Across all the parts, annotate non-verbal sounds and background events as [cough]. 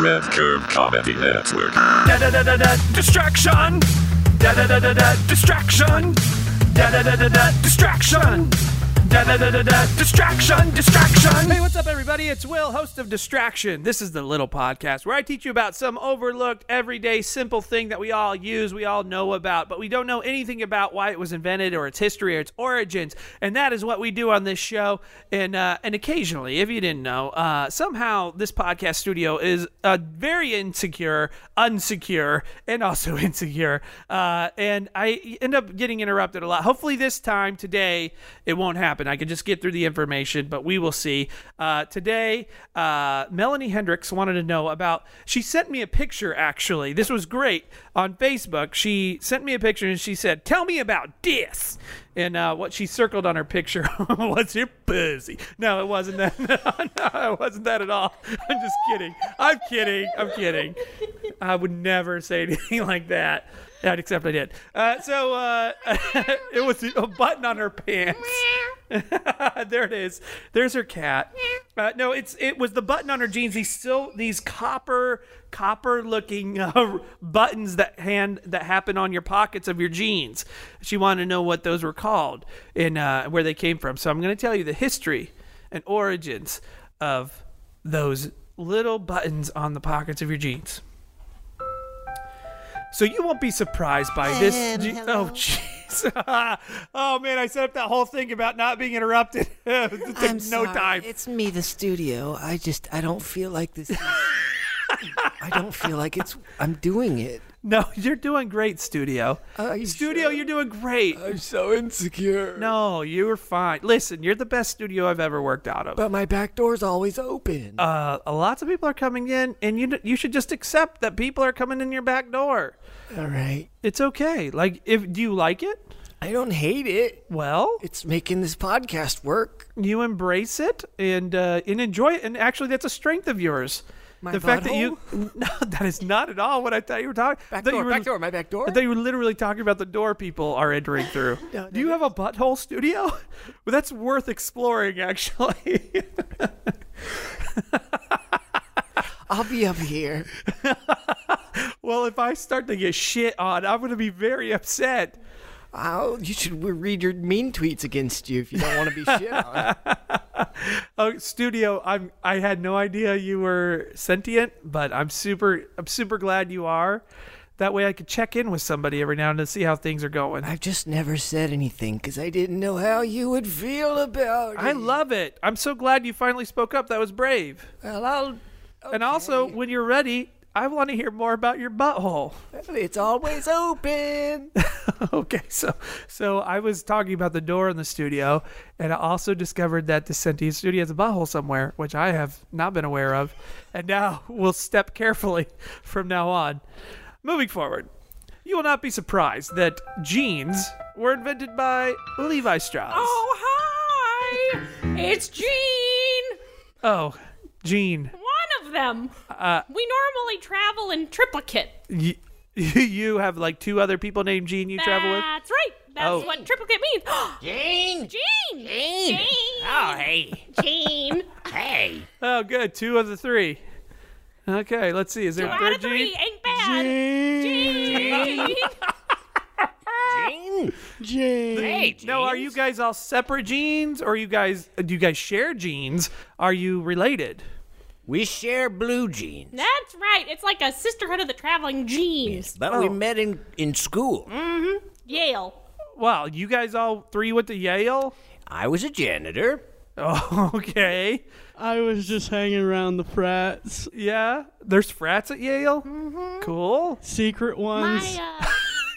Red Curve Comedy Network. da da da da da distraction da da da da da distraction da da da da da distraction da da da da da distraction distraction Hey, what's up, everybody? It's Will, host of Distraction. This is the little podcast where I teach you about some overlooked, everyday, simple thing that we all use, we all know about, but we don't know anything about why it was invented or its history or its origins. And that is what we do on this show. And uh, and occasionally, if you didn't know, uh, somehow this podcast studio is uh, very insecure, unsecure, and also [laughs] insecure. Uh, and I end up getting interrupted a lot. Hopefully, this time today it won't happen. I could just get through the information, but we will see. Uh, today, uh, Melanie Hendricks wanted to know about. She sent me a picture, actually. This was great on Facebook. She sent me a picture and she said, Tell me about this. And uh, what she circled on her picture [laughs] was your pussy. No, it wasn't that. [laughs] No, no, it wasn't that at all. [laughs] I'm just kidding. I'm kidding. I'm kidding. I would never say [laughs] anything like that. Yeah, except I did. Uh, so uh, [laughs] it was a button on her pants. [laughs] there it is. There's her cat. Uh, no, it's it was the button on her jeans. These still these copper copper looking uh, [laughs] buttons that hand that happen on your pockets of your jeans. She wanted to know what those were called and uh, where they came from. So I'm going to tell you the history and origins of those little buttons on the pockets of your jeans. So you won't be surprised by this. Um, Je- hello. oh, jeez. [laughs] oh man, I set up that whole thing about not being interrupted. [laughs] it took I'm no sorry. time. It's me, the studio. I just I don't feel like this. [laughs] Is, I don't feel like it's. I'm doing it. No, you're doing great, studio. Are you studio, sure? you're doing great. I'm so insecure. no, you were fine. Listen, you're the best studio I've ever worked out of. but my back door's always open. Uh, lots of people are coming in, and you you should just accept that people are coming in your back door. All right. It's okay. Like, if do you like it? I don't hate it. Well, It's making this podcast work. you embrace it and uh, and enjoy it. And actually, that's a strength of yours. My the fact that you [laughs] no, that is not at all what I thought you were talking. I Back thought you door, were- back door, my back door. I thought you were literally talking about the door people are entering [laughs] through. No, Do you have a butthole studio? [laughs] Well, that's worth exploring, actually. [laughs] I'll be up here. well, if I start to get shit on, I'm going to be very upset. I'll, you should read your mean tweets against you if you don't want to be shit [laughs] on. Oh, studio, I'm. I had no idea you were sentient, but I'm super. I'm super glad you are. That way, I could check in with somebody every now and then to see how things are going. I've just never said anything because I didn't know how you would feel about it. I love it. I'm so glad you finally spoke up. That was brave. Well, I'll. And also, when you're ready, I want to hear more about your butthole. It's [laughs] always open. okay, so so I was talking about the door in the studio, and I also discovered that the sentient studio has a butthole somewhere, which I have not been aware of, and now [laughs] we'll step carefully from now on. Moving forward, you will not be surprised that jeans were invented by Levi Strauss. Oh, hi! It's Jean! oh Gene, One of them. we normally travel in triplicate. Uh, you, [laughs] you have like two other people named Gene you travel with. That's right. That's Oh. what triplicate means. [gasps] Jean! Jean! Jean! Oh, hey. Jean. Oh, good, two of the three. Okay, let's see. Is there a Out third of three Gene? ain't bad. Jean. [laughs] No, are you guys all separate genes, or you guys uh, do you guys share genes? Are you related? We share blue jeans, That's right. It's like a sisterhood of the traveling jeans. but we met in, in school. Hmm? Yale. Wow, you guys all three went to Yale. [laughs] I was a janitor. Oh, okay. I was just hanging around the frats, Yeah, there's frats at Yale. Cool. [laughs] secret ones, My, uh,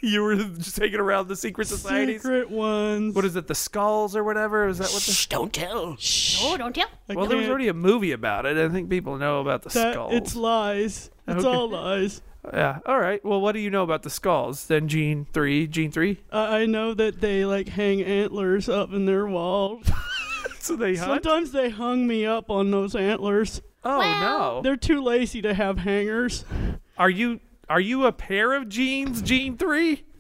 You were just hanging around the secret societies. secret ones. What is it? The skulls or whatever? Is that what? The- Shh, don't tell. oh, [laughs] don't tell. I well, there was can't- already a movie about it. I think people know about the that, skulls. It's lies. It's Okay. all lies. yeah. All right. Well, what do you know about the skulls? Then Gene three, Gene three. I I know that they like hang antlers up in their [laughs] wall. [laughs] So they hunt. Sometimes they hung me up on those antlers. Oh no. They're too lazy to have hangers. Are you are you a pair of jeans, Gene Three? [laughs]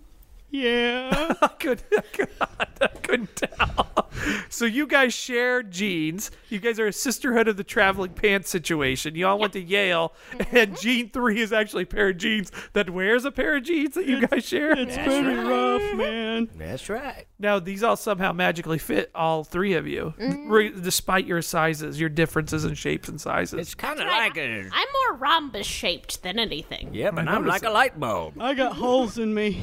Yeah. I [laughs] could, God, I couldn't tell. So you guys share jeans. You guys are a sisterhood of the traveling pants situation. You all went to Yale, and Jean Three is actually a pair of jeans that wears a pair of jeans that you guys share. It's pretty rough, man. That's right. Now these all somehow magically fit all three of you, re- despite your sizes, your differences in shapes and sizes. It's kind of Right. like a. I'm more rhombus shaped than anything. Yep, and I'm like a light bulb. [laughs] I got holes in me.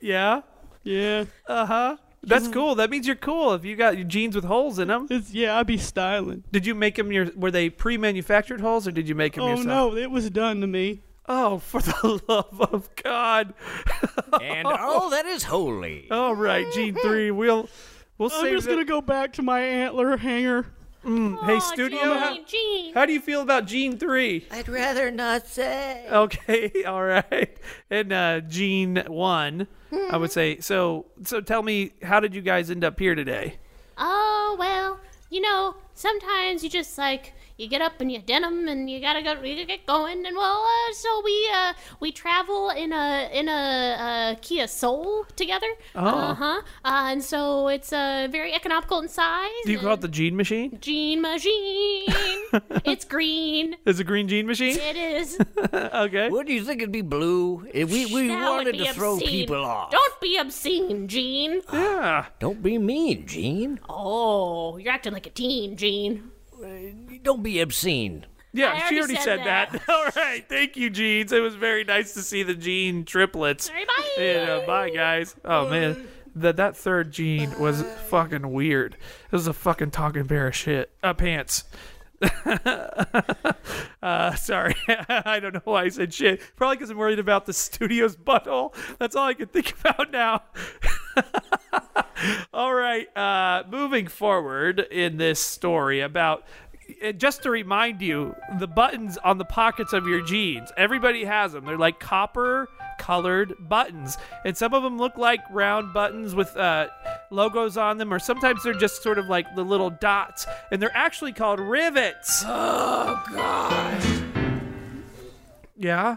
yeah, Yeah. that's Mm-hmm. cool. That means you're cool if you got your jeans with holes in them. It's, yeah, I be styling. Did you make them your? Were they pre-manufactured holes, or did you make them Oh yourself? no, it was done to me. Oh, for the [laughs] love of God! [laughs] [laughs] And all that is holy. All right, Gene Three, we'll we'll I'm save just the- gonna go back to my antler hanger. Oh, Hey, studio, how, Gene, Gene. how do you feel about Gene Three? [laughs] I'd rather not say. Okay, [laughs] all right, and uh, Gene One, I Mm-hmm. would say. So, so tell me, how did you guys end up here today? Oh well, you know, sometimes you just like you get up and you denim and you gotta go, you get going, and well, uh, so we uh we travel in a in a uh, Kia Soul together. Oh. Uh-huh. Uh And so it's uh very economical in size. Do you call Mm-hmm. it the Gene Machine? [laughs] Gene machine? it's green. Is a green Gene Machine? It is. Okay. What do you think it'd be blue? Eh, We, [laughs] we That would wanted be to throw obscene. people off. Don't be obscene, Gene. Yeah. Don't be mean, Gene. Oh, you're acting like a teen, Gene. Don't be obscene. Yeah, I she already already said, said that. [laughs] All right, thank you, Jeans. It was very nice to see the Gene triplets. [laughs] Sorry, bye. And, uh, bye, guys. Oh man, that that third Gene was fucking weird. It was a fucking talking pair of shit. Uh, pants. [laughs] uh, sorry, [laughs] I don't know why I said shit. Probably because I'm worried about the studio's butthole. That's all I can think [laughs] about now. All right. Uh, moving forward in this story about. uh, Just to remind you, the buttons on the pockets of your jeans, everybody has them. They're like copper colored buttons. And some of them look like round buttons with uh, logos on them, or sometimes they're just sort of like the little dots. And they're actually called rivets. Oh, God. Yeah?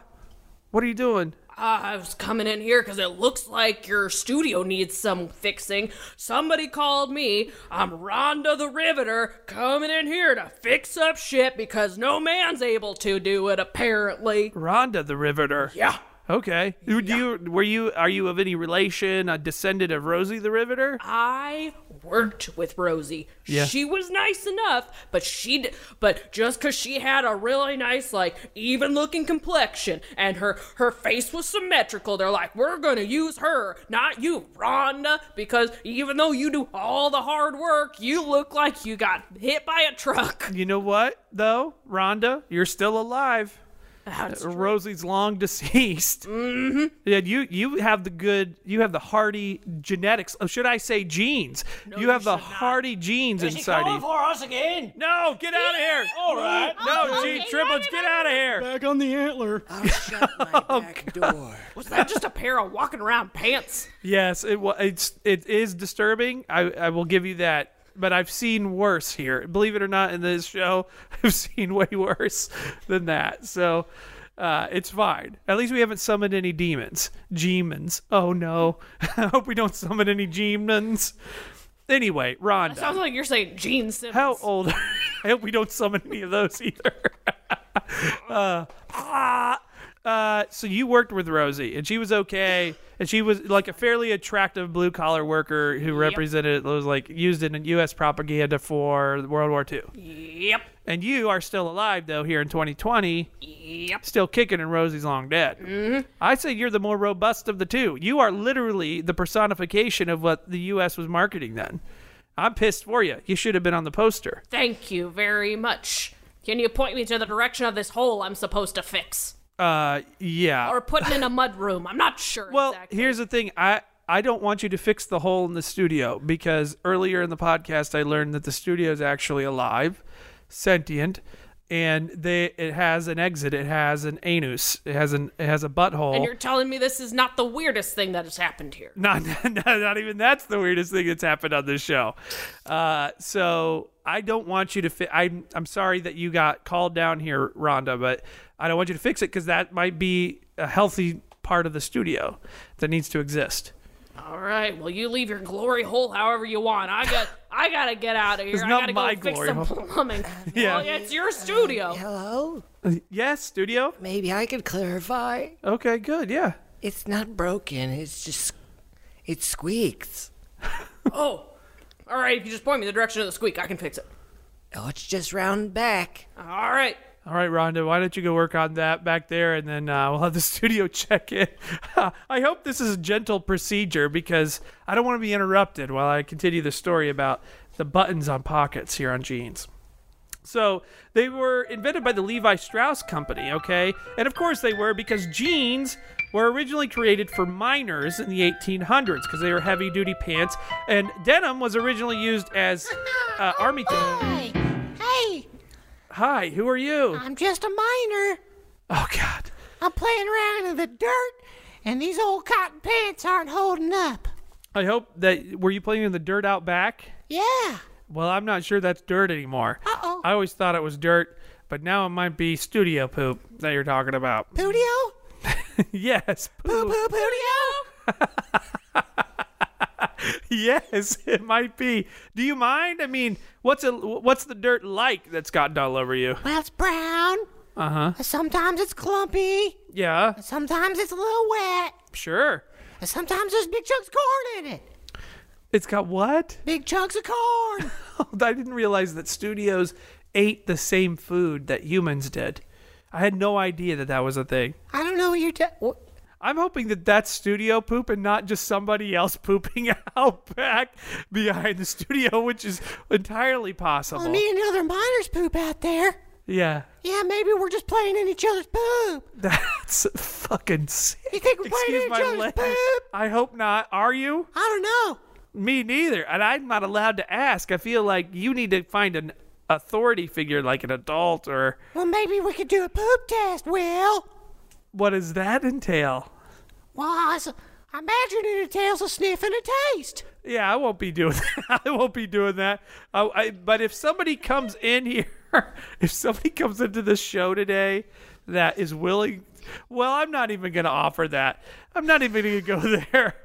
What are you doing? I was coming in here because it looks like your studio needs some fixing. Somebody called me. I'm Rhonda the Riveter coming in here to fix up shit because no man's able to do it, apparently. Rhonda the Riveter. Yeah. Okay. Do you were you are you of any relation, a descendant of Rosie the Riveter? I worked with Rosie. Yeah. She was nice enough, but she d- but just cuz she had a really nice like even looking complexion and her her face was symmetrical, they're like, "We're going to use her, not you, Rhonda, because even though you do all the hard work, you look like you got hit by a [laughs] truck." You know what though, Rhonda, you're still alive. Uh, That's Rosie's long [laughs] deceased. Mm-hmm. Yeah, you you have the good, you have the hardy genetics. Oh, should I say genes? you have the hardy genes inside you. for us again? No, get out of here! All right. No, Oh, Gene okay, triplets, get out of here! Back on the antler. I'll shut [laughs] my back door. Was that just a pair of walking around pants? Yes, it wa- it's it is disturbing. I I will give you that. But I've seen worse here. Believe it or not, in this show, [laughs] I've seen way worse than that. So uh, it's fine. At least we haven't summoned any demons. Demons. Oh no. [laughs] I hope we don't summon any demons. Anyway, Rhonda. Sounds like you're saying Gene Simmons. How old? [laughs] I hope we don't summon any of those either. [laughs] uh, ah, uh, so you worked with Rosie, and she was okay, and she was like a fairly attractive blue collar worker who represented was like used in U.S. propaganda for World War II. Yep. And you are still alive though here in 2020, Yep. still kicking, and Rosie's long dead. I say you're the more robust of the two. You are literally the personification of what the U.S. was marketing then. I'm pissed for you. You should have been on the poster. Thank you very much. Can you point me to the direction of this hole I'm supposed to fix? Uh, yeah. Or put it in a mud room? I'm not sure. well, exactly. here's the thing. I I don't want you to fix the hole in the studio because earlier in the podcast I learned that the studio is actually alive, sentient, and they it has an exit. It has an anus. It has an it has a butthole. And you're telling me this is not the weirdest thing that has happened here. not, [laughs] not not even that's the weirdest thing that's happened on this show. Uh, so I don't want you to. Fi- I'm I'm sorry that you got called down here, Rhonda, but I don't want you to fix it because that might be a healthy part of the studio that needs to exist. All right. Well, you leave your glory hole however you want. I got. I gotta get out of here. It's I not gotta my go fix glory some hole. plumbing. [laughs] Yeah. Well, it's your studio. Hello? Uh, Yes, studio. Maybe I could clarify. Okay, good. Yeah. It's not broken. It's just. It squeaks. Oh. All right. If you just point me in the direction of the squeak, I can fix it. Oh, it's just round back. All right. All right, Rhonda, why don't you go work on that back there, and then uh, we'll have the [laughs] studio check in. [laughs] I hope this is a gentle procedure because I don't want to be interrupted while I continue the story about the buttons on pockets here on jeans. So they were invented by the Levi Strauss Company, okay? And of course they were because jeans were originally created for miners in the 1800s because they were heavy-duty pants, and denim was originally used as uh, army. T- Hi. Hey, Hi, who are you? I'm just a miner. Oh God. I'm playing around in the dirt, and these old cotton pants aren't holding up. I hope that were you playing in the dirt out back? Yeah. Well, I'm not sure that's dirt anymore. Uh-oh. I always thought it was dirt, but now it might be studio poop that you're talking about. [laughs] Poodio? yes. Poo poop. [laughs] poo poodio? Yes, it might be. Do you mind? I mean, what's it what's the dirt like that's gotten all over you? Well, it's brown. Uh Uh-huh. huh. Sometimes it's clumpy. Yeah, Sometimes it's a little wet. sure. And sometimes there's big chunks of corn in it. It's got what? [laughs] Big chunks of corn. I didn't realize that studios ate the same food that humans did. I had no idea that that was a thing. I don't know what you're ta- I'm hoping that that's studio poop and not just somebody else [laughs] pooping out back behind the studio, which is entirely possible. Well, me and the other miners poop out there. yeah, [laughs] Yeah, maybe we're just playing in each other's poop. that's fucking sick. You think we're playing Excuse in my each other's language. poop? I hope not. Are you? I don't know. Me neither. And I'm not allowed to ask. I feel like you need to find an authority figure, like an adult, or Well, maybe we could do a poop test, Will. what does that entail? Well, I, s- I imagine it entails a sniff and a taste. Yeah, I won't be doing [laughs] that. I won't be doing that. I, I, but if somebody comes in [laughs] here, if somebody comes into the show today that is willing, well, I'm not even going to offer that. I'm not even going to go [laughs] there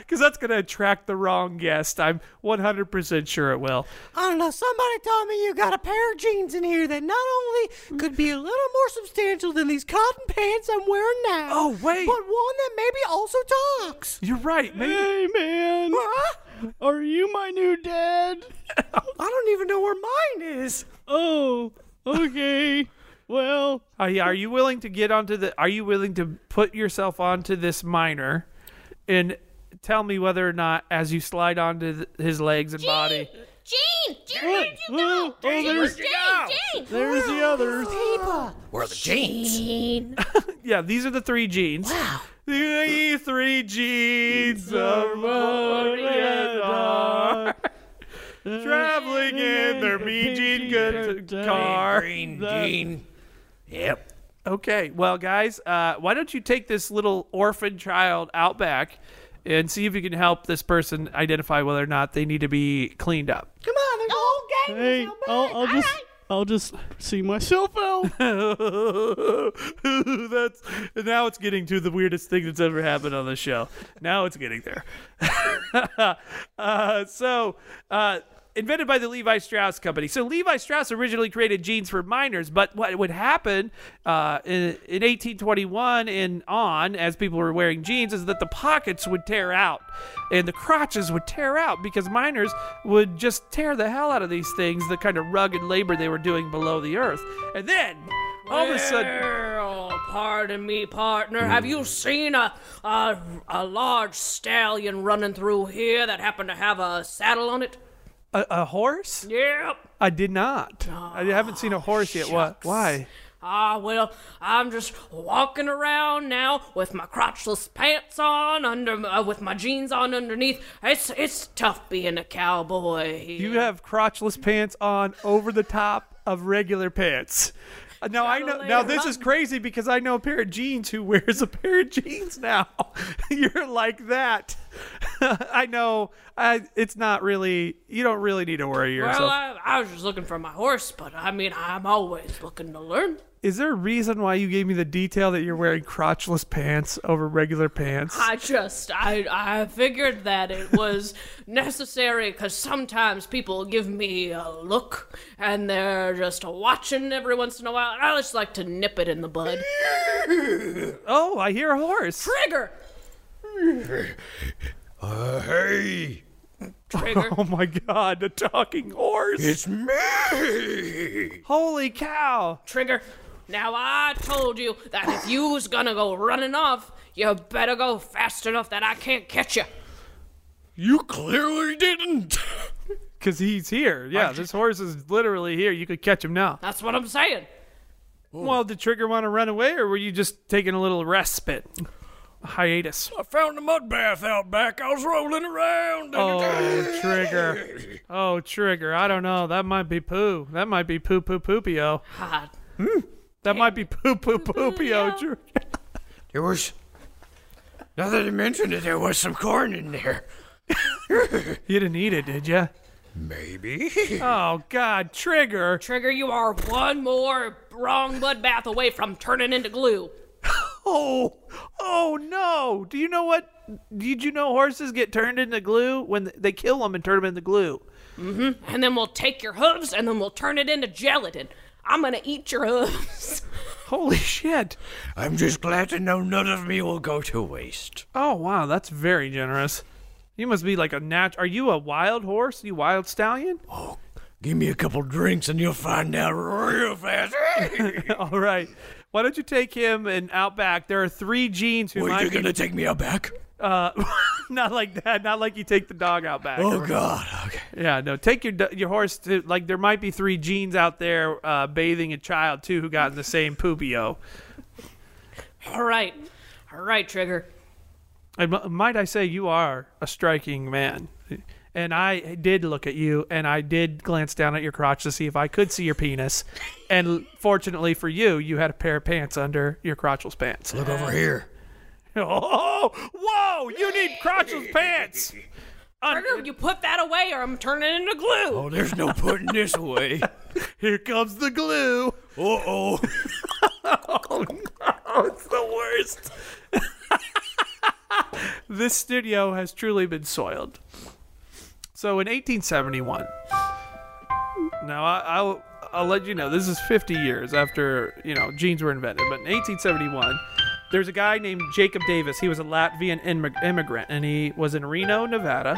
because that's going to attract the wrong guest. I'm 100% sure it will. I don't know. Somebody told me you got a pair of jeans in here that not only could be a little more substantial than these cotton pants I'm wearing now. Oh, wait. But one that maybe also talks. You're right. Maybe. Hey, man. Huh? Are you my new dad? [laughs] I don't even know where mine is. Oh, okay. Well, Are you, are you willing to get onto the? Are you willing to put yourself onto this minor, and tell me whether or not as you slide onto th his legs and body? Gene, Gene, where did you oh, go? oh, there's, Gene, Gene, there's the others. People. Where are the jeans? Gene. Yeah, these are the three genes. Wow. The three genes of Orient are [laughs] traveling in their mean gene good car. Green jean. Yep. Okay, well, guys, uh, why don't you take this little orphan child out back and see if you can help this person identify whether or not they need to be cleaned up? Come on, there's a whole gang. Hey, I'll, I'll just, I'll just see myself out. [laughs] that's now it's getting to the weirdest thing that's ever happened on the show. Now it's getting there. [laughs] uh, so, uh, invented by the Levi Strauss Company. So Levi Strauss originally created jeans for miners, but what would happen uh, in, in 1821 and on, as people were wearing jeans, is that the pockets would tear out and the crotches would tear out because miners would just tear the hell out of these things, the kind of rugged labor they were doing below the earth. And then all of a sudden. Well, pardon me, partner. Have you seen a, a a large stallion running through here that happened to have a saddle on it? A, a horse? Yep. I did not. I haven't seen a horse yet. What? Why? Ah, well, I'm just walking around now with my crotchless pants on, under uh, with my jeans on underneath. It's it's tough being a cowboy. here. You have crotchless pants on over the top of regular pants. Uh, Now I know. Now this is crazy [laughs] because I know a pair of jeans who wears a pair of jeans now. You're like that. [laughs] I know I, it's not really. You don't really need to worry yourself. Well, I, I was just looking for my horse, but I mean, I'm always looking to learn. Is there a reason why you gave me the detail that you're wearing crotchless pants over regular pants? I just, I, I figured that [laughs] it was necessary because sometimes people give me a look and they're just watching every once in a while, and I just like to nip it in the bud. Oh, I hear a horse. Trigger! Uh, hey, [laughs] Trigger. Oh my god, the talking horse. it's me. Holy cow. Trigger. Now I told you that if you was gonna go running off, you better go fast enough that I can't catch you. You clearly didn't. Cuz he's here. Yeah, this horse is literally here. You could catch him now. That's what I'm saying. Well, did Trigger want to run away or were you just taking a little respite? Hiatus. I found a mud bath out back. I was rolling around. Oh, Trigger. Oh, Trigger. I don't know. That might be poo. That might be poo poo poopio. God. That might be poo poo poopio. Trigger. There was. Now that you mentioned it, there was some corn in there. [laughs] You didn't eat it, did you? Maybe. Oh God, Trigger. Trigger, you are one more wrong bloodbath away from turning into glue. Oh, oh no! Do you know what? Did you know horses get turned into glue when they kill them and turn them into glue? And then we'll take your hooves and then we'll turn it into gelatin. I'm gonna eat your hooves. [laughs] Holy [laughs] shit! I'm just glad to know none of me will go to waste. Oh wow, that's very generous. You must be like a nat. Are you a wild horse? You wild stallion? [laughs] Give me a couple drinks and you'll find out real [laughs] fast. All right. Why don't you take him and out back? There are three genes who Wait, might you're be uh, gonna take me out back? [laughs] not like that. Not like you take the dog out back. Oh God. Okay. Yeah, no. Take your do- your horse to like. There might be three genes out there uh, bathing a child too who got in the same poopio. All right. All right, Trigger. And m- might I say, you are a striking man. And I did look at you, and I did glance down at your crotch to see if I could see your penis. And l- fortunately for you, you had a pair of pants under your crotchless pants. Look over here. [laughs] Oh, whoa! You need crotchless pants. Un- Trigger, you put that away or I'm turning into glue. Oh, there's no putting this away. Uh Here comes the glue. Oh, oh. [laughs] It's the worst. [laughs] this studio has truly been soiled. So in 1871, now I, I'll I'll let you know this is 50 years after you know jeans were invented, but in 1871. There's a guy named Jacob Davis. He was a Latvian immig- immigrant, and he was in Reno, Nevada,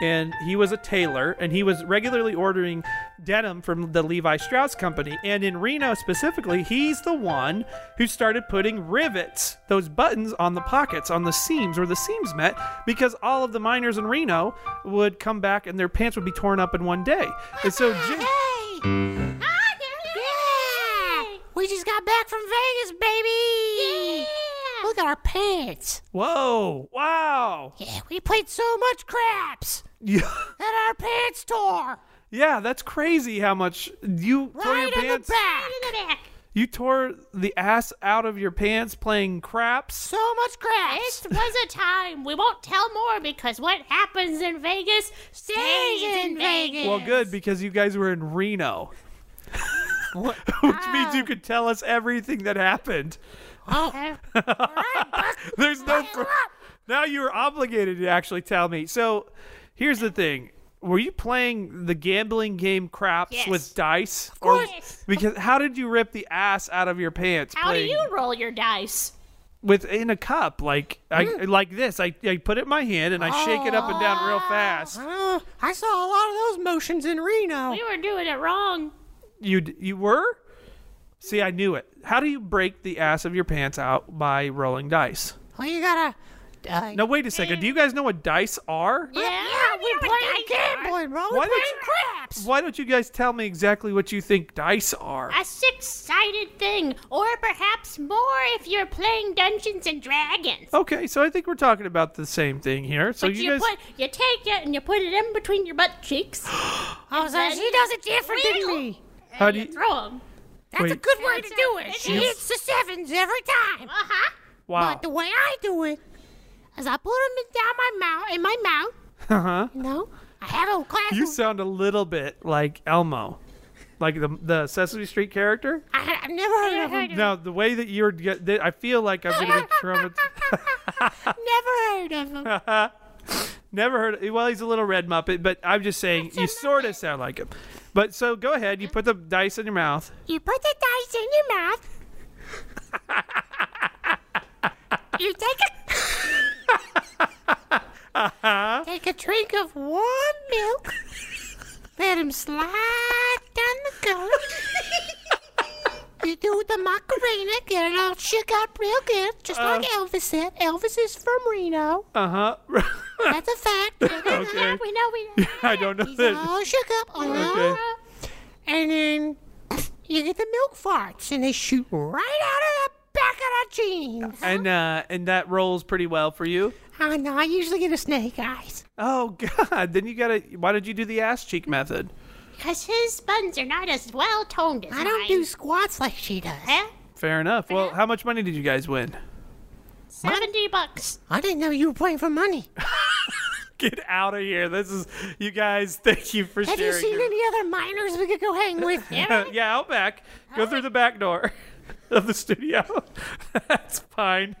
and he was a tailor, and he was regularly ordering denim from the Levi Strauss company. And in Reno specifically, he's the one who started putting rivets, those buttons on the pockets, on the seams where the seams met, because all of the miners in Reno would come back and their pants would be torn up in one day. And so, [laughs] Jim- Hey! Hi there! We just got back from Vegas, baby! Look at our pants. whoa, wow, [laughs] Yeah, we played so much craps yeah, that our pants tore yeah, that's crazy how much you tore your right in pants. the back. You tore the ass out of your pants playing craps. So much craps. This was a time. We won't tell more because what happens in Vegas stays in Vegas. Well, good because you guys were in Reno, [laughs] Ah. [laughs] which means you could tell us everything that [laughs] happened. Oh. [laughs] There's no. now you're obligated to actually tell me. So, here's the thing: Were you playing the gambling game craps Yes. with dice? Of course. because how did you rip the ass out of your pants? How do playing- you roll your dice? with in a cup like Hmm. I like this? I, I put it in my hand and I shake it up and down Ah. real fast. Uh, I saw a lot of those motions in Reno. We were doing it wrong. You d- you were? See, I knew it. How do you break the ass of your pants out by rolling dice? Well, you gotta. Uh, Now wait a second. Do you guys know what dice are? Yeah, we played gambling, bro. We Why don't played you- craps. Why don't you guys tell me exactly what you think dice are? A six-sided thing, or perhaps more if you're playing Dungeons and Dragons. Okay, so I think we're talking about the same thing here. So but you, you guys put, you take it and you put it in between your butt [gasps] cheeks. I was like, she does it different than Well, me. how do you you, throw them. That's a wait. good way to That's do a- it. it Uh-huh. She is. hits the sevens every time. Uh huh. wow. The way I do it, as I put them down my mouth, in my mouth. Uh huh. You know, I had a glass. You of, sound a little bit like Elmo, like the the Sesame Street character. I had, I've never heard of them. Now the way that you're, get- that- I feel like I'm [laughs] gonna be traumatized. Never heard of them. Never heard. Well, he's a little red muppet, but I'm just saying you sort of sound like him. But so go ahead. You put the dice in your mouth. You put the dice in your mouth. you take a Uh-huh. take a drink of warm milk. Let him slide down the gullet. you do the Macarena, get it all shook up real good, just like Elvis said. Elvis is from Reno. [laughs] Uh huh. That's a [laughs] fact. Okay. We know we know. [laughs] I don't know He's this. all shook up. Uh, And then you get the milk farts, and they shoot right out of the back of the jeans. And uh, and that rolls pretty well for you. Oh, no, I usually get a snake eyes. Oh [laughs] God! Then you gotta. Why did you do the ass cheek method? Because his buns are not as well toned as I don't do squats like she does. Eh? Fair enough. Well, how much money did you guys win? [laughs] 70 bucks. I didn't know you were playing for money. Get out of here! This is you guys. [laughs] Thank you for Have you sharing. seen your- any other miners we could go hang with? [laughs] yeah, out back. Go through the back door [laughs] of the studio. [laughs] That's fine.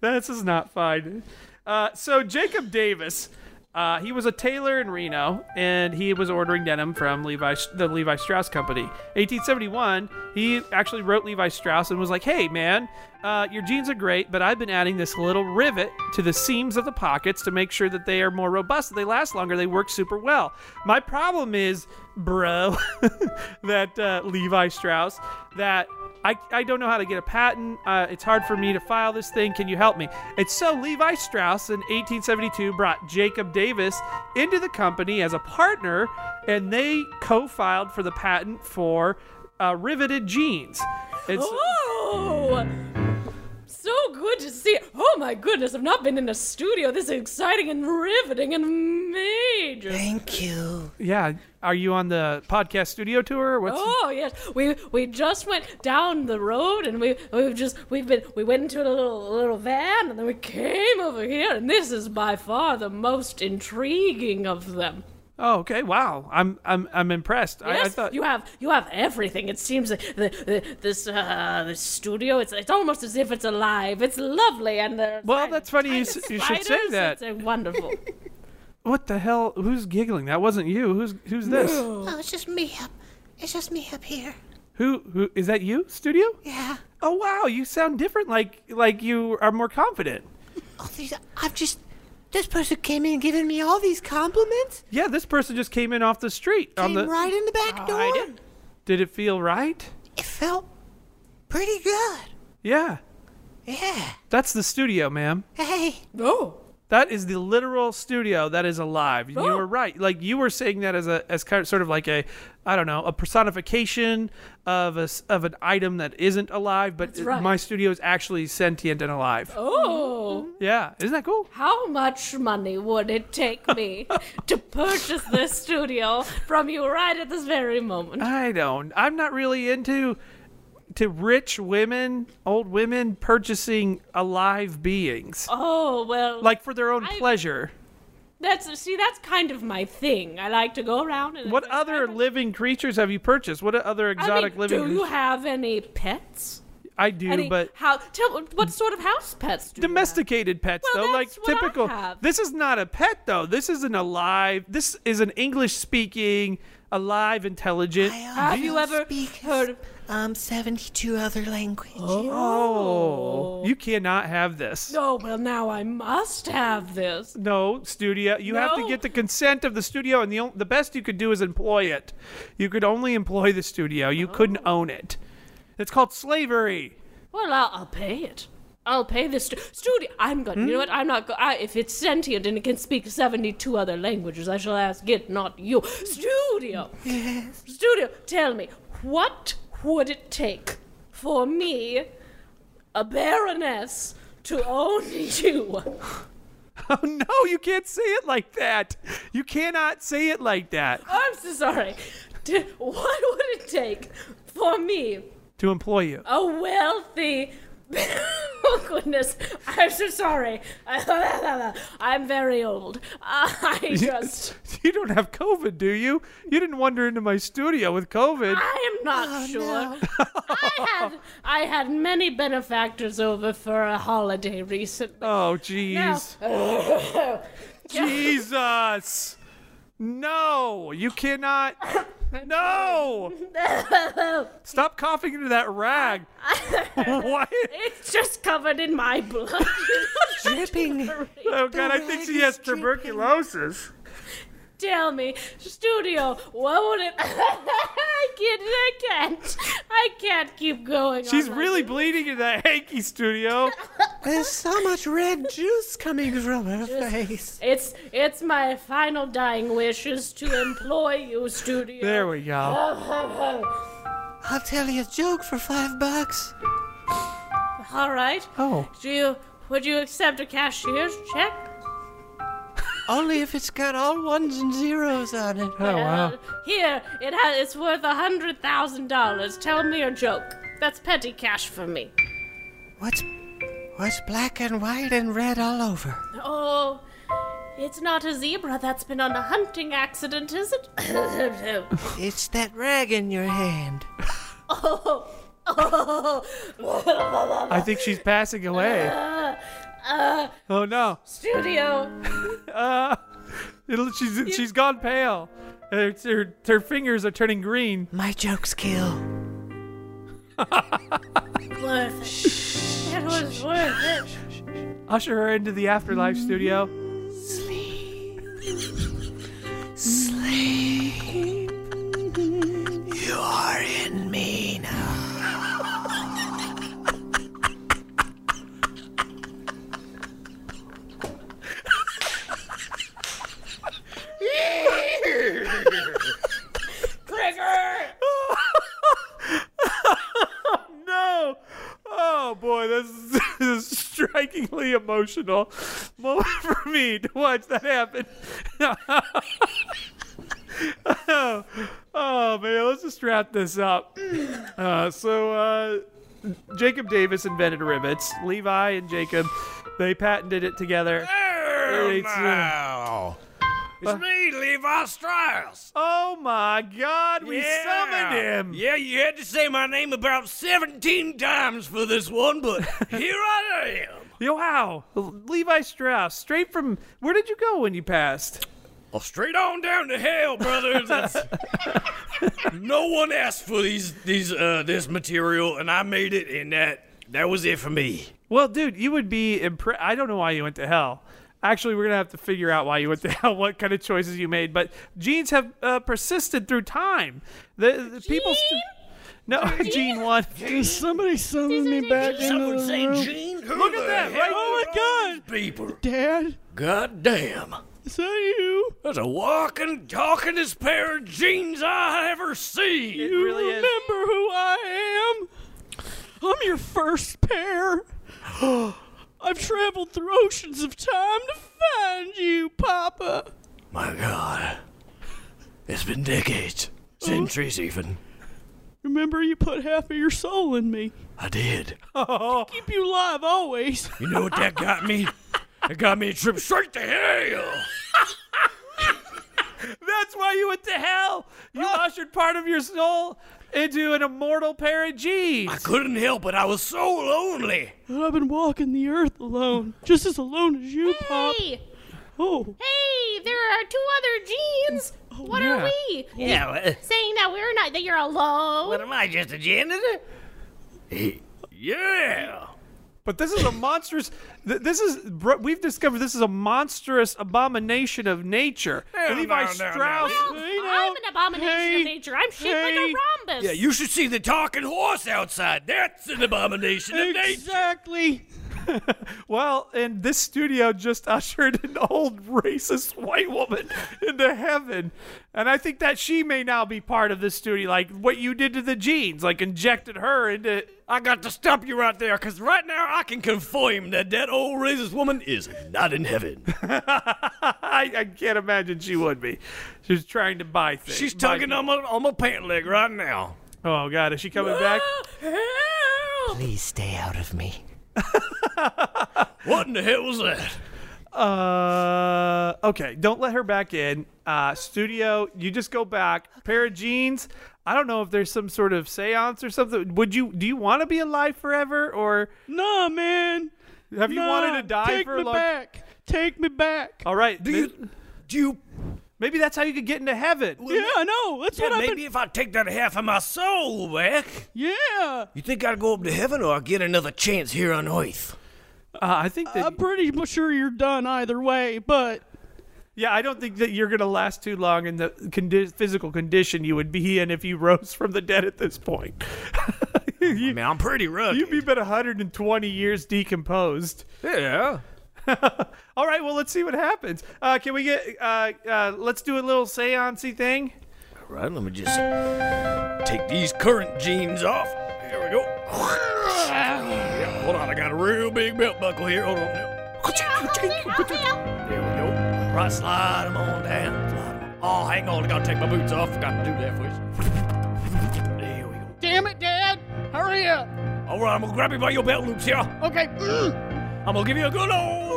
This is not fine. Uh, so Jacob Davis, uh, he was a tailor in Reno, and he was ordering denim from Levi, the Levi Strauss Company. 1871, he actually wrote Levi Strauss and was like, "Hey, man, uh, your jeans are great, but I've been adding this little rivet to the seams of the pockets to make sure that they are more robust, that they last longer, they work super well. My problem is, bro, [laughs] that uh, Levi Strauss, that I, I don't know how to get a patent. Uh, it's hard for me to file this thing. Can you help me? And so Levi Strauss in 1872 brought Jacob Davis into the company as a partner, and they co filed for the patent for uh, riveted jeans. It's, Oh! So good to see. Oh my goodness, I've not been in a studio this exciting and riveting and major. Thank you. yeah. Are you on the podcast studio tour? What's, Oh yes, we we just went down the road and we we've just we've been we went into a little little van and then we came over here and this is by far the most intriguing of them. oh, okay. Wow. I'm I'm I'm impressed. I, I Yes, thought you have you have everything. It seems like the, the this uh this studio. It's it's almost as if it's alive. It's lovely and the Well, that's funny you s- you should say that. It's uh, wonderful. What the hell? Who's giggling? That wasn't you. Who's who's this? Oh, it's just me up. It's just me up here. Who who is that you? Studio? Yeah. Oh wow, you sound different like like you are more confident. All these, I've just. This person came in giving me all these compliments. Yeah, this person just came in off the street on Came the right in the back door. did. Did it feel right? It felt pretty good. Yeah. Yeah. That's the studio, ma'am. Hey. oh, That is the literal studio that is alive. You were right. Like you were saying that as a as kind of, sort of like a I don't know a personification of a s- of an item that isn't alive, but right. my studio is actually sentient and alive. oh! Yeah, isn't that cool? How much money would it take [laughs] me to purchase this studio from you right at this very moment? I don't. I'm not really into to rich women, old women purchasing alive beings Oh well, like for their own I- pleasure. that's see, that's kind of my thing. I like to go around and What other living creatures have you purchased? What other I mean, exotic living? do creatures? you have any pets? I do, Any but how? Tell what sort of house pets do you have? domesticated pets Well, though that's like what I typical have. this is not a pet though this is an alive this is an english speaking alive intelligent Have you ever heard of Um, seventy-two other languages. oh you cannot have this Oh, well, now I must have this. No studio. You have to No. get the consent of the studio, and the on- the best you could do is employ it. You could only employ the studio. You couldn't own it. It's called slavery. [laughs] Well, I'll, I'll pay it. I'll pay this stu- studio. I'm gonna. You know what? I'm not. Go- I, if it's sentient and it can speak 72 other languages, I shall ask it, not you. Studio. Studio. Tell me, what would it take for me, a baroness, to own you? Oh no, you can't say it like that. You cannot say it like that I'm so sorry. [laughs] T- what would it take for me, to employ you. a wealthy [laughs] Oh goodness! I'm so sorry. [laughs] I'm very old. I just. [laughs] you don't have COVID, do you? You didn't wander into my studio with COVID. I am not sure. I had I had many benefactors over for a holiday recently. Oh, jeez. Jesus. No, you cannot. No. Stop coughing into that rag. what? It's just covered in my blood. [laughs] dripping. Oh, God, I think she has tuberculosis. Tell me, studio, what would it? [laughs] I can't. I can't. I can't keep going. She's on like really this. bleeding in that hanky studio. There's so much red juice coming from her face. It's it's my final dying wish is to employ you, studio. There we go. [laughs] All I'll tell you a joke for five bucks. right. Oh. Do you would you accept a cashier's check? Only if it's got all ones and zeros on it. Oh, wow. Uh, here, it ha- it's worth a hundred thousand dollars. Tell me a joke. That's petty cash for me. What's what's black and white and red all over? Oh, it's not a zebra that's been on a hunting accident, is it? [laughs] It's that rag in your hand. oh, oh, [laughs] I think she's passing away. oh, no. studio. Uh, it'll- she's, she's gone pale. Her, her, her fingers are turning green. My jokes kill. Worth it. It was worth it. Usher her into the afterlife studio. You are in me now. No! Oh boy, this is, [laughs] this is strikingly emotional moment for me to watch that happen. [laughs] oh, oh, man, let's just wrap this up. Uh, so, uh, Jacob Davis invented rivets. Levi and Jacob, they patented it together. It's, uh, Wow. It's me, Levi Strauss. oh my God, we summoned him! Yeah, you had to say my name about 17 times for this one, but [laughs] here I am. Yo, wow, Levi Strauss, straight from where did you go when you passed? Well, straight on down to hell, brothers. [laughs] It's- no one asked for these these uh, this material, and I made it, and that that was it for me. Well, dude, you would be impressed. I don't know why you went to hell. Actually, we're gonna have to figure out why you went to [laughs] hell, what kind of choices you made. But genes have uh, persisted through time. The, the people. St- no, [laughs] gene one. Does somebody summon me back into the room? Gene, who Look at that, right? Oh Oh my people! Dad, God damn, is that you? that's a walking, talkingest pair of jeans I ever see. You really is. remember who I am? I'm your first pair. [gasps] I've traveled through oceans of time to find you, Papa. My God, it's been decades, centuries even. Remember, you put half of your soul in me. I did. Keep you alive always. You know what that got me? It got me a trip straight to hell. That's why you went to hell. You ushered part of your soul into an immortal pair of I genes. couldn't help it. I was so lonely. But I've been walking the earth alone, just as alone as you, Uh, Pop. Hey, Oh, hey, there are two other genes. What Oh, yeah. are we? Yeah, well, Saying that we're not, that you're alone. am I, just a janitor? Yeah. But this is a monstrous. th- This is br- we've discovered. This is a monstrous abomination of nature. Hell Levi no, no, no. Strauss. Well, Hey, now. I'm an abomination Hey, of nature. I'm shaped hey. like a rhombus. Yeah, you should see the talking horse outside. That's an abomination of nature. exactly. Well, and this studio just ushered an old racist white woman into heaven. And I think that she may now be part of this studio. Like what you did to the genes, like injected her into. I got to stop you right there, because right now I can confirm that that old racist woman is not in heaven. I, I can't imagine she would be. She was trying to buy things. She's buy- tugging on my, on my pant leg right now. [laughs] Oh, God. Is she coming back? Please stay out of me. What in the hell was that? Uh, okay, don't let her back in. Uh, studio, you just go back. Pair of jeans. I don't know if there's some sort of seance or something. Would you? Do you want to be alive forever, or Nah, man. have you nah, wanted to die take for me a long? back. Take me back. All right. Do may- you do you Maybe that's how you could get into heaven. yeah, I know. That's Yeah, what I've maybe been. if I take that half of my soul back, Yeah, you think I'd go up to heaven or I get another chance here on earth? Uh, I think that. I'm pretty mu- sure you're done either way. But yeah, I don't think that you're gonna last too long in the condi- physical condition you would be in if you rose from the dead at this point. [laughs] I mean, I'm pretty rugged. You'd be about 120 years decomposed. yeah. [laughs] All right, well, let's see what happens. Uh, can we get? Uh, uh, let's do a little seancey thing. All right, let me just take these current jeans off. Here we go. Yeah, hold on, I got a real big belt buckle here. Hold on now. There we go. Right, slide them on down. Slide 'em on. Oh, hang on, I gotta take my boots off. Forgot to do that first. There we go. damn it, Dad, hurry up. All right, I'm gonna grab you by your belt loops here. Okay. I'm gonna give you a good old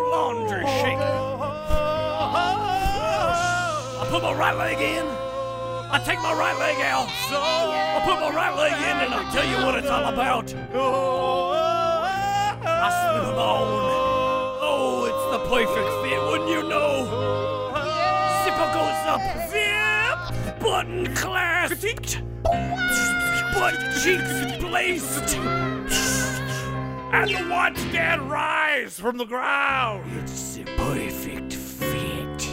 laundry shake. Oh. I put my right leg in. I take my right leg out. I put my right leg in, and I'll tell you what it's all about. I slip alone. Oh, it's the perfect fit, wouldn't you know? Zipper goes up. Zip. Button clasped. Butt cheeks placed. And watch that rise from the ground. It's a perfect fit.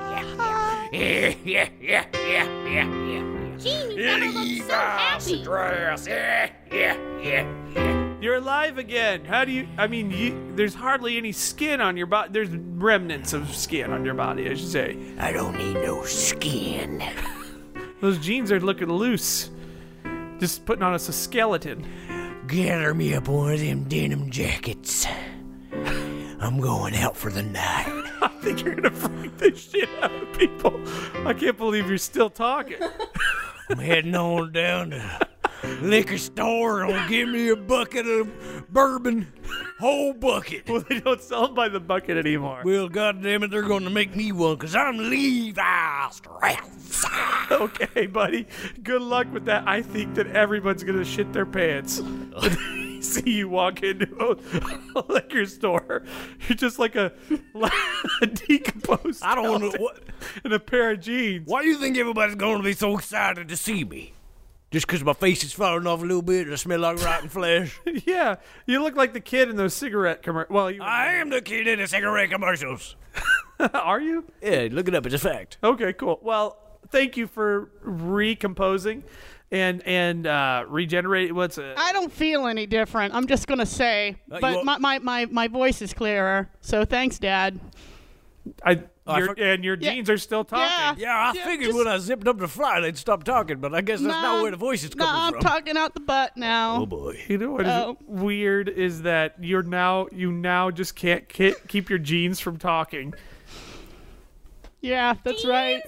Yeah, yeah, yeah, yeah, yeah, yeah. Gene, you gotta look so happy. Dress. Yeah, yeah, yeah, yeah. You're alive again. How do you? I mean, you, there's hardly any skin on your body. There's remnants of skin on your body, I should say. I don't need no skin. [laughs] Those jeans are looking loose. Just putting on us a skeleton. [laughs] Gather me up one of them denim jackets. I'm going out for the night. I think you're gonna freak the shit out of people. I can't believe you're still talking. [laughs] I'm heading on down to the liquor store. and give me a bucket of bourbon, whole bucket. well, they don't sell them by the bucket anymore. Well, goddamn it, they're going to make me one because I'm Levi Strauss. [laughs] Okay, buddy. Good luck with that. I think that everyone's gonna shit their pants. [laughs] when they See you walk into a, a liquor store. You're just like a, [laughs] like a decomposed. I don't want to. skeleton What, In a pair of jeans. why do you think everybody's going to be so excited to see me? Just because my face is falling off a little bit and I smell like rotten flesh? [laughs] [laughs] Yeah, you look like the kid in those cigarette commercials. Well, you I am the kid in the cigarette commercials. [laughs] are you? Yeah, look it up. It's a fact. Okay, cool. Well, thank you for recomposing and and uh regenerating. What's it? I don't feel any different. I'm just gonna say, Uh, you but won't- my, my, my, my voice is clearer. So thanks, Dad. I, I your, for- and your jeans are still talking. Yeah, I Yeah, figured just- when I zipped up the fly, they'd stop talking, but I guess that's not Nah, where the voice is nah, coming I'm from. talking out the butt now. oh, boy. You know what is Oh. weird is that you're now you now just can't ki- keep your jeans from talking. yeah, that's right.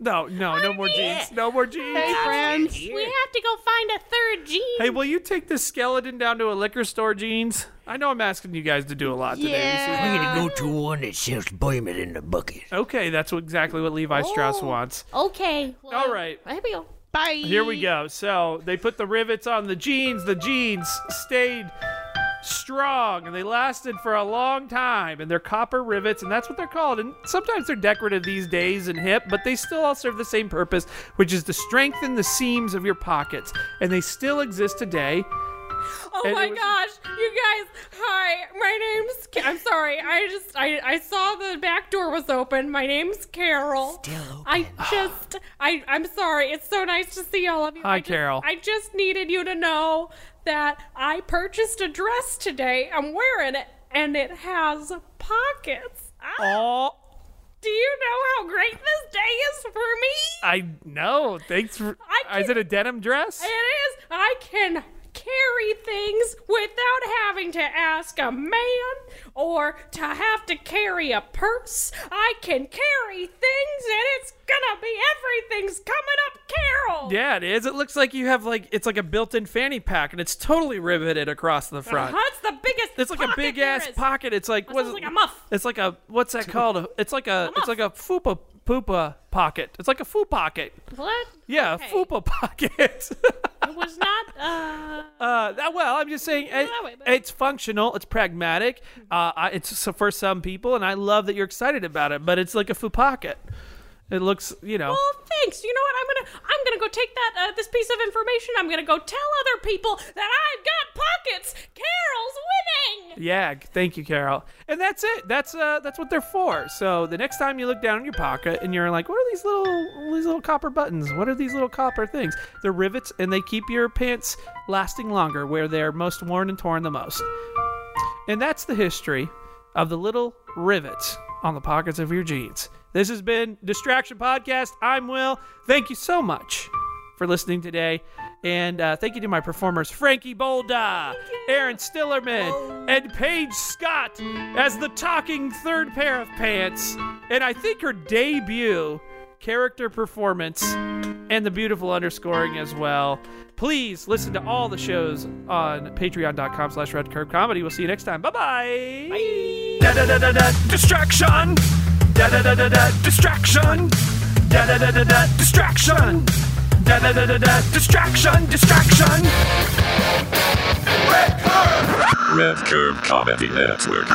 No, no, no more jeans. No more jeans. Hey, friends. We have to go find a third Gene. Hey, will you take this skeleton down to a liquor store, jeans? I know I'm asking you guys to do a lot today. Yeah. We need to go to one that sells bourbon in the bucket. Okay, that's what- exactly what Levi Strauss Oh. wants. Okay. well, All right. Here we go. Bye. Here we go. So they put the rivets on the jeans. The jeans stayed strong and they lasted for a long time. And they're copper rivets, and that's what they're called. And sometimes they're decorative these days and hip, but they still all serve the same purpose, which is to strengthen the seams of your pockets. And they still exist today. Oh And my it was- gosh, you guys! Hi, my name's. Ca- I'm sorry. I just I I saw the back door was open. My name's Carol. I just I I'm sorry. It's so nice to see all of you. Hi, I just- Carol. I just needed you to know that I purchased a dress today. I'm wearing it, and it has pockets. Ah, Oh, Do you know how great this day is for me? I know. Thanks for. I is it a denim dress? It is. I can carry carry things without having to ask a man or to have to carry a purse. I can carry things and it's gonna be everything's coming up, Carol. Yeah, it is. It looks like you have like it's like a built-in fanny pack, and it's totally riveted across the front. That's the biggest. It's like a pocket big there ass is. pocket. It's like That what's sounds like a muff. It's like a what's that called? A- It's like a, it's like a fupa poopa pocket. It's like a foo pocket. What? Yeah, Okay. a fupa [laughs] pocket. It was not. Uh, uh, that, well, I'm just saying it, wait, but- it's functional. It's pragmatic. Hmm. Uh, I- it's so- for some people, and I love that you're excited about it. But it's like a foo pocket. It looks, you know. Well, Oh, thanks. You know what? I'm gonna I'm gonna go take that uh, this piece of information. I'm gonna go tell other people that I've got pockets. Carol's winning. Yeah, thank you, Carol. And that's it. That's uh, that's what they're for. So the next time you look down in your pocket and you're like, "What are these little these little copper buttons? What are these little copper things?" They're rivets, and they keep your pants lasting longer where they're most worn and torn the most. And that's the history of the little rivets on the pockets of your jeans. This has been Distraction Podcast. I'm Will. Thank you so much for listening today. And uh, thank you to my performers, Frankie Bolda, Aaron Stillerman, and Paige Scott as the talking third pair of pants. And I think her debut character performance and the beautiful underscoring as well. Please listen to all the shows on patreon.com slash red curb comedy. We'll see you next time. Bye-bye. da da da da da distraction da da da da da distraction da da da da da distraction da da da da da distraction distraction Red Curve Comedy Network.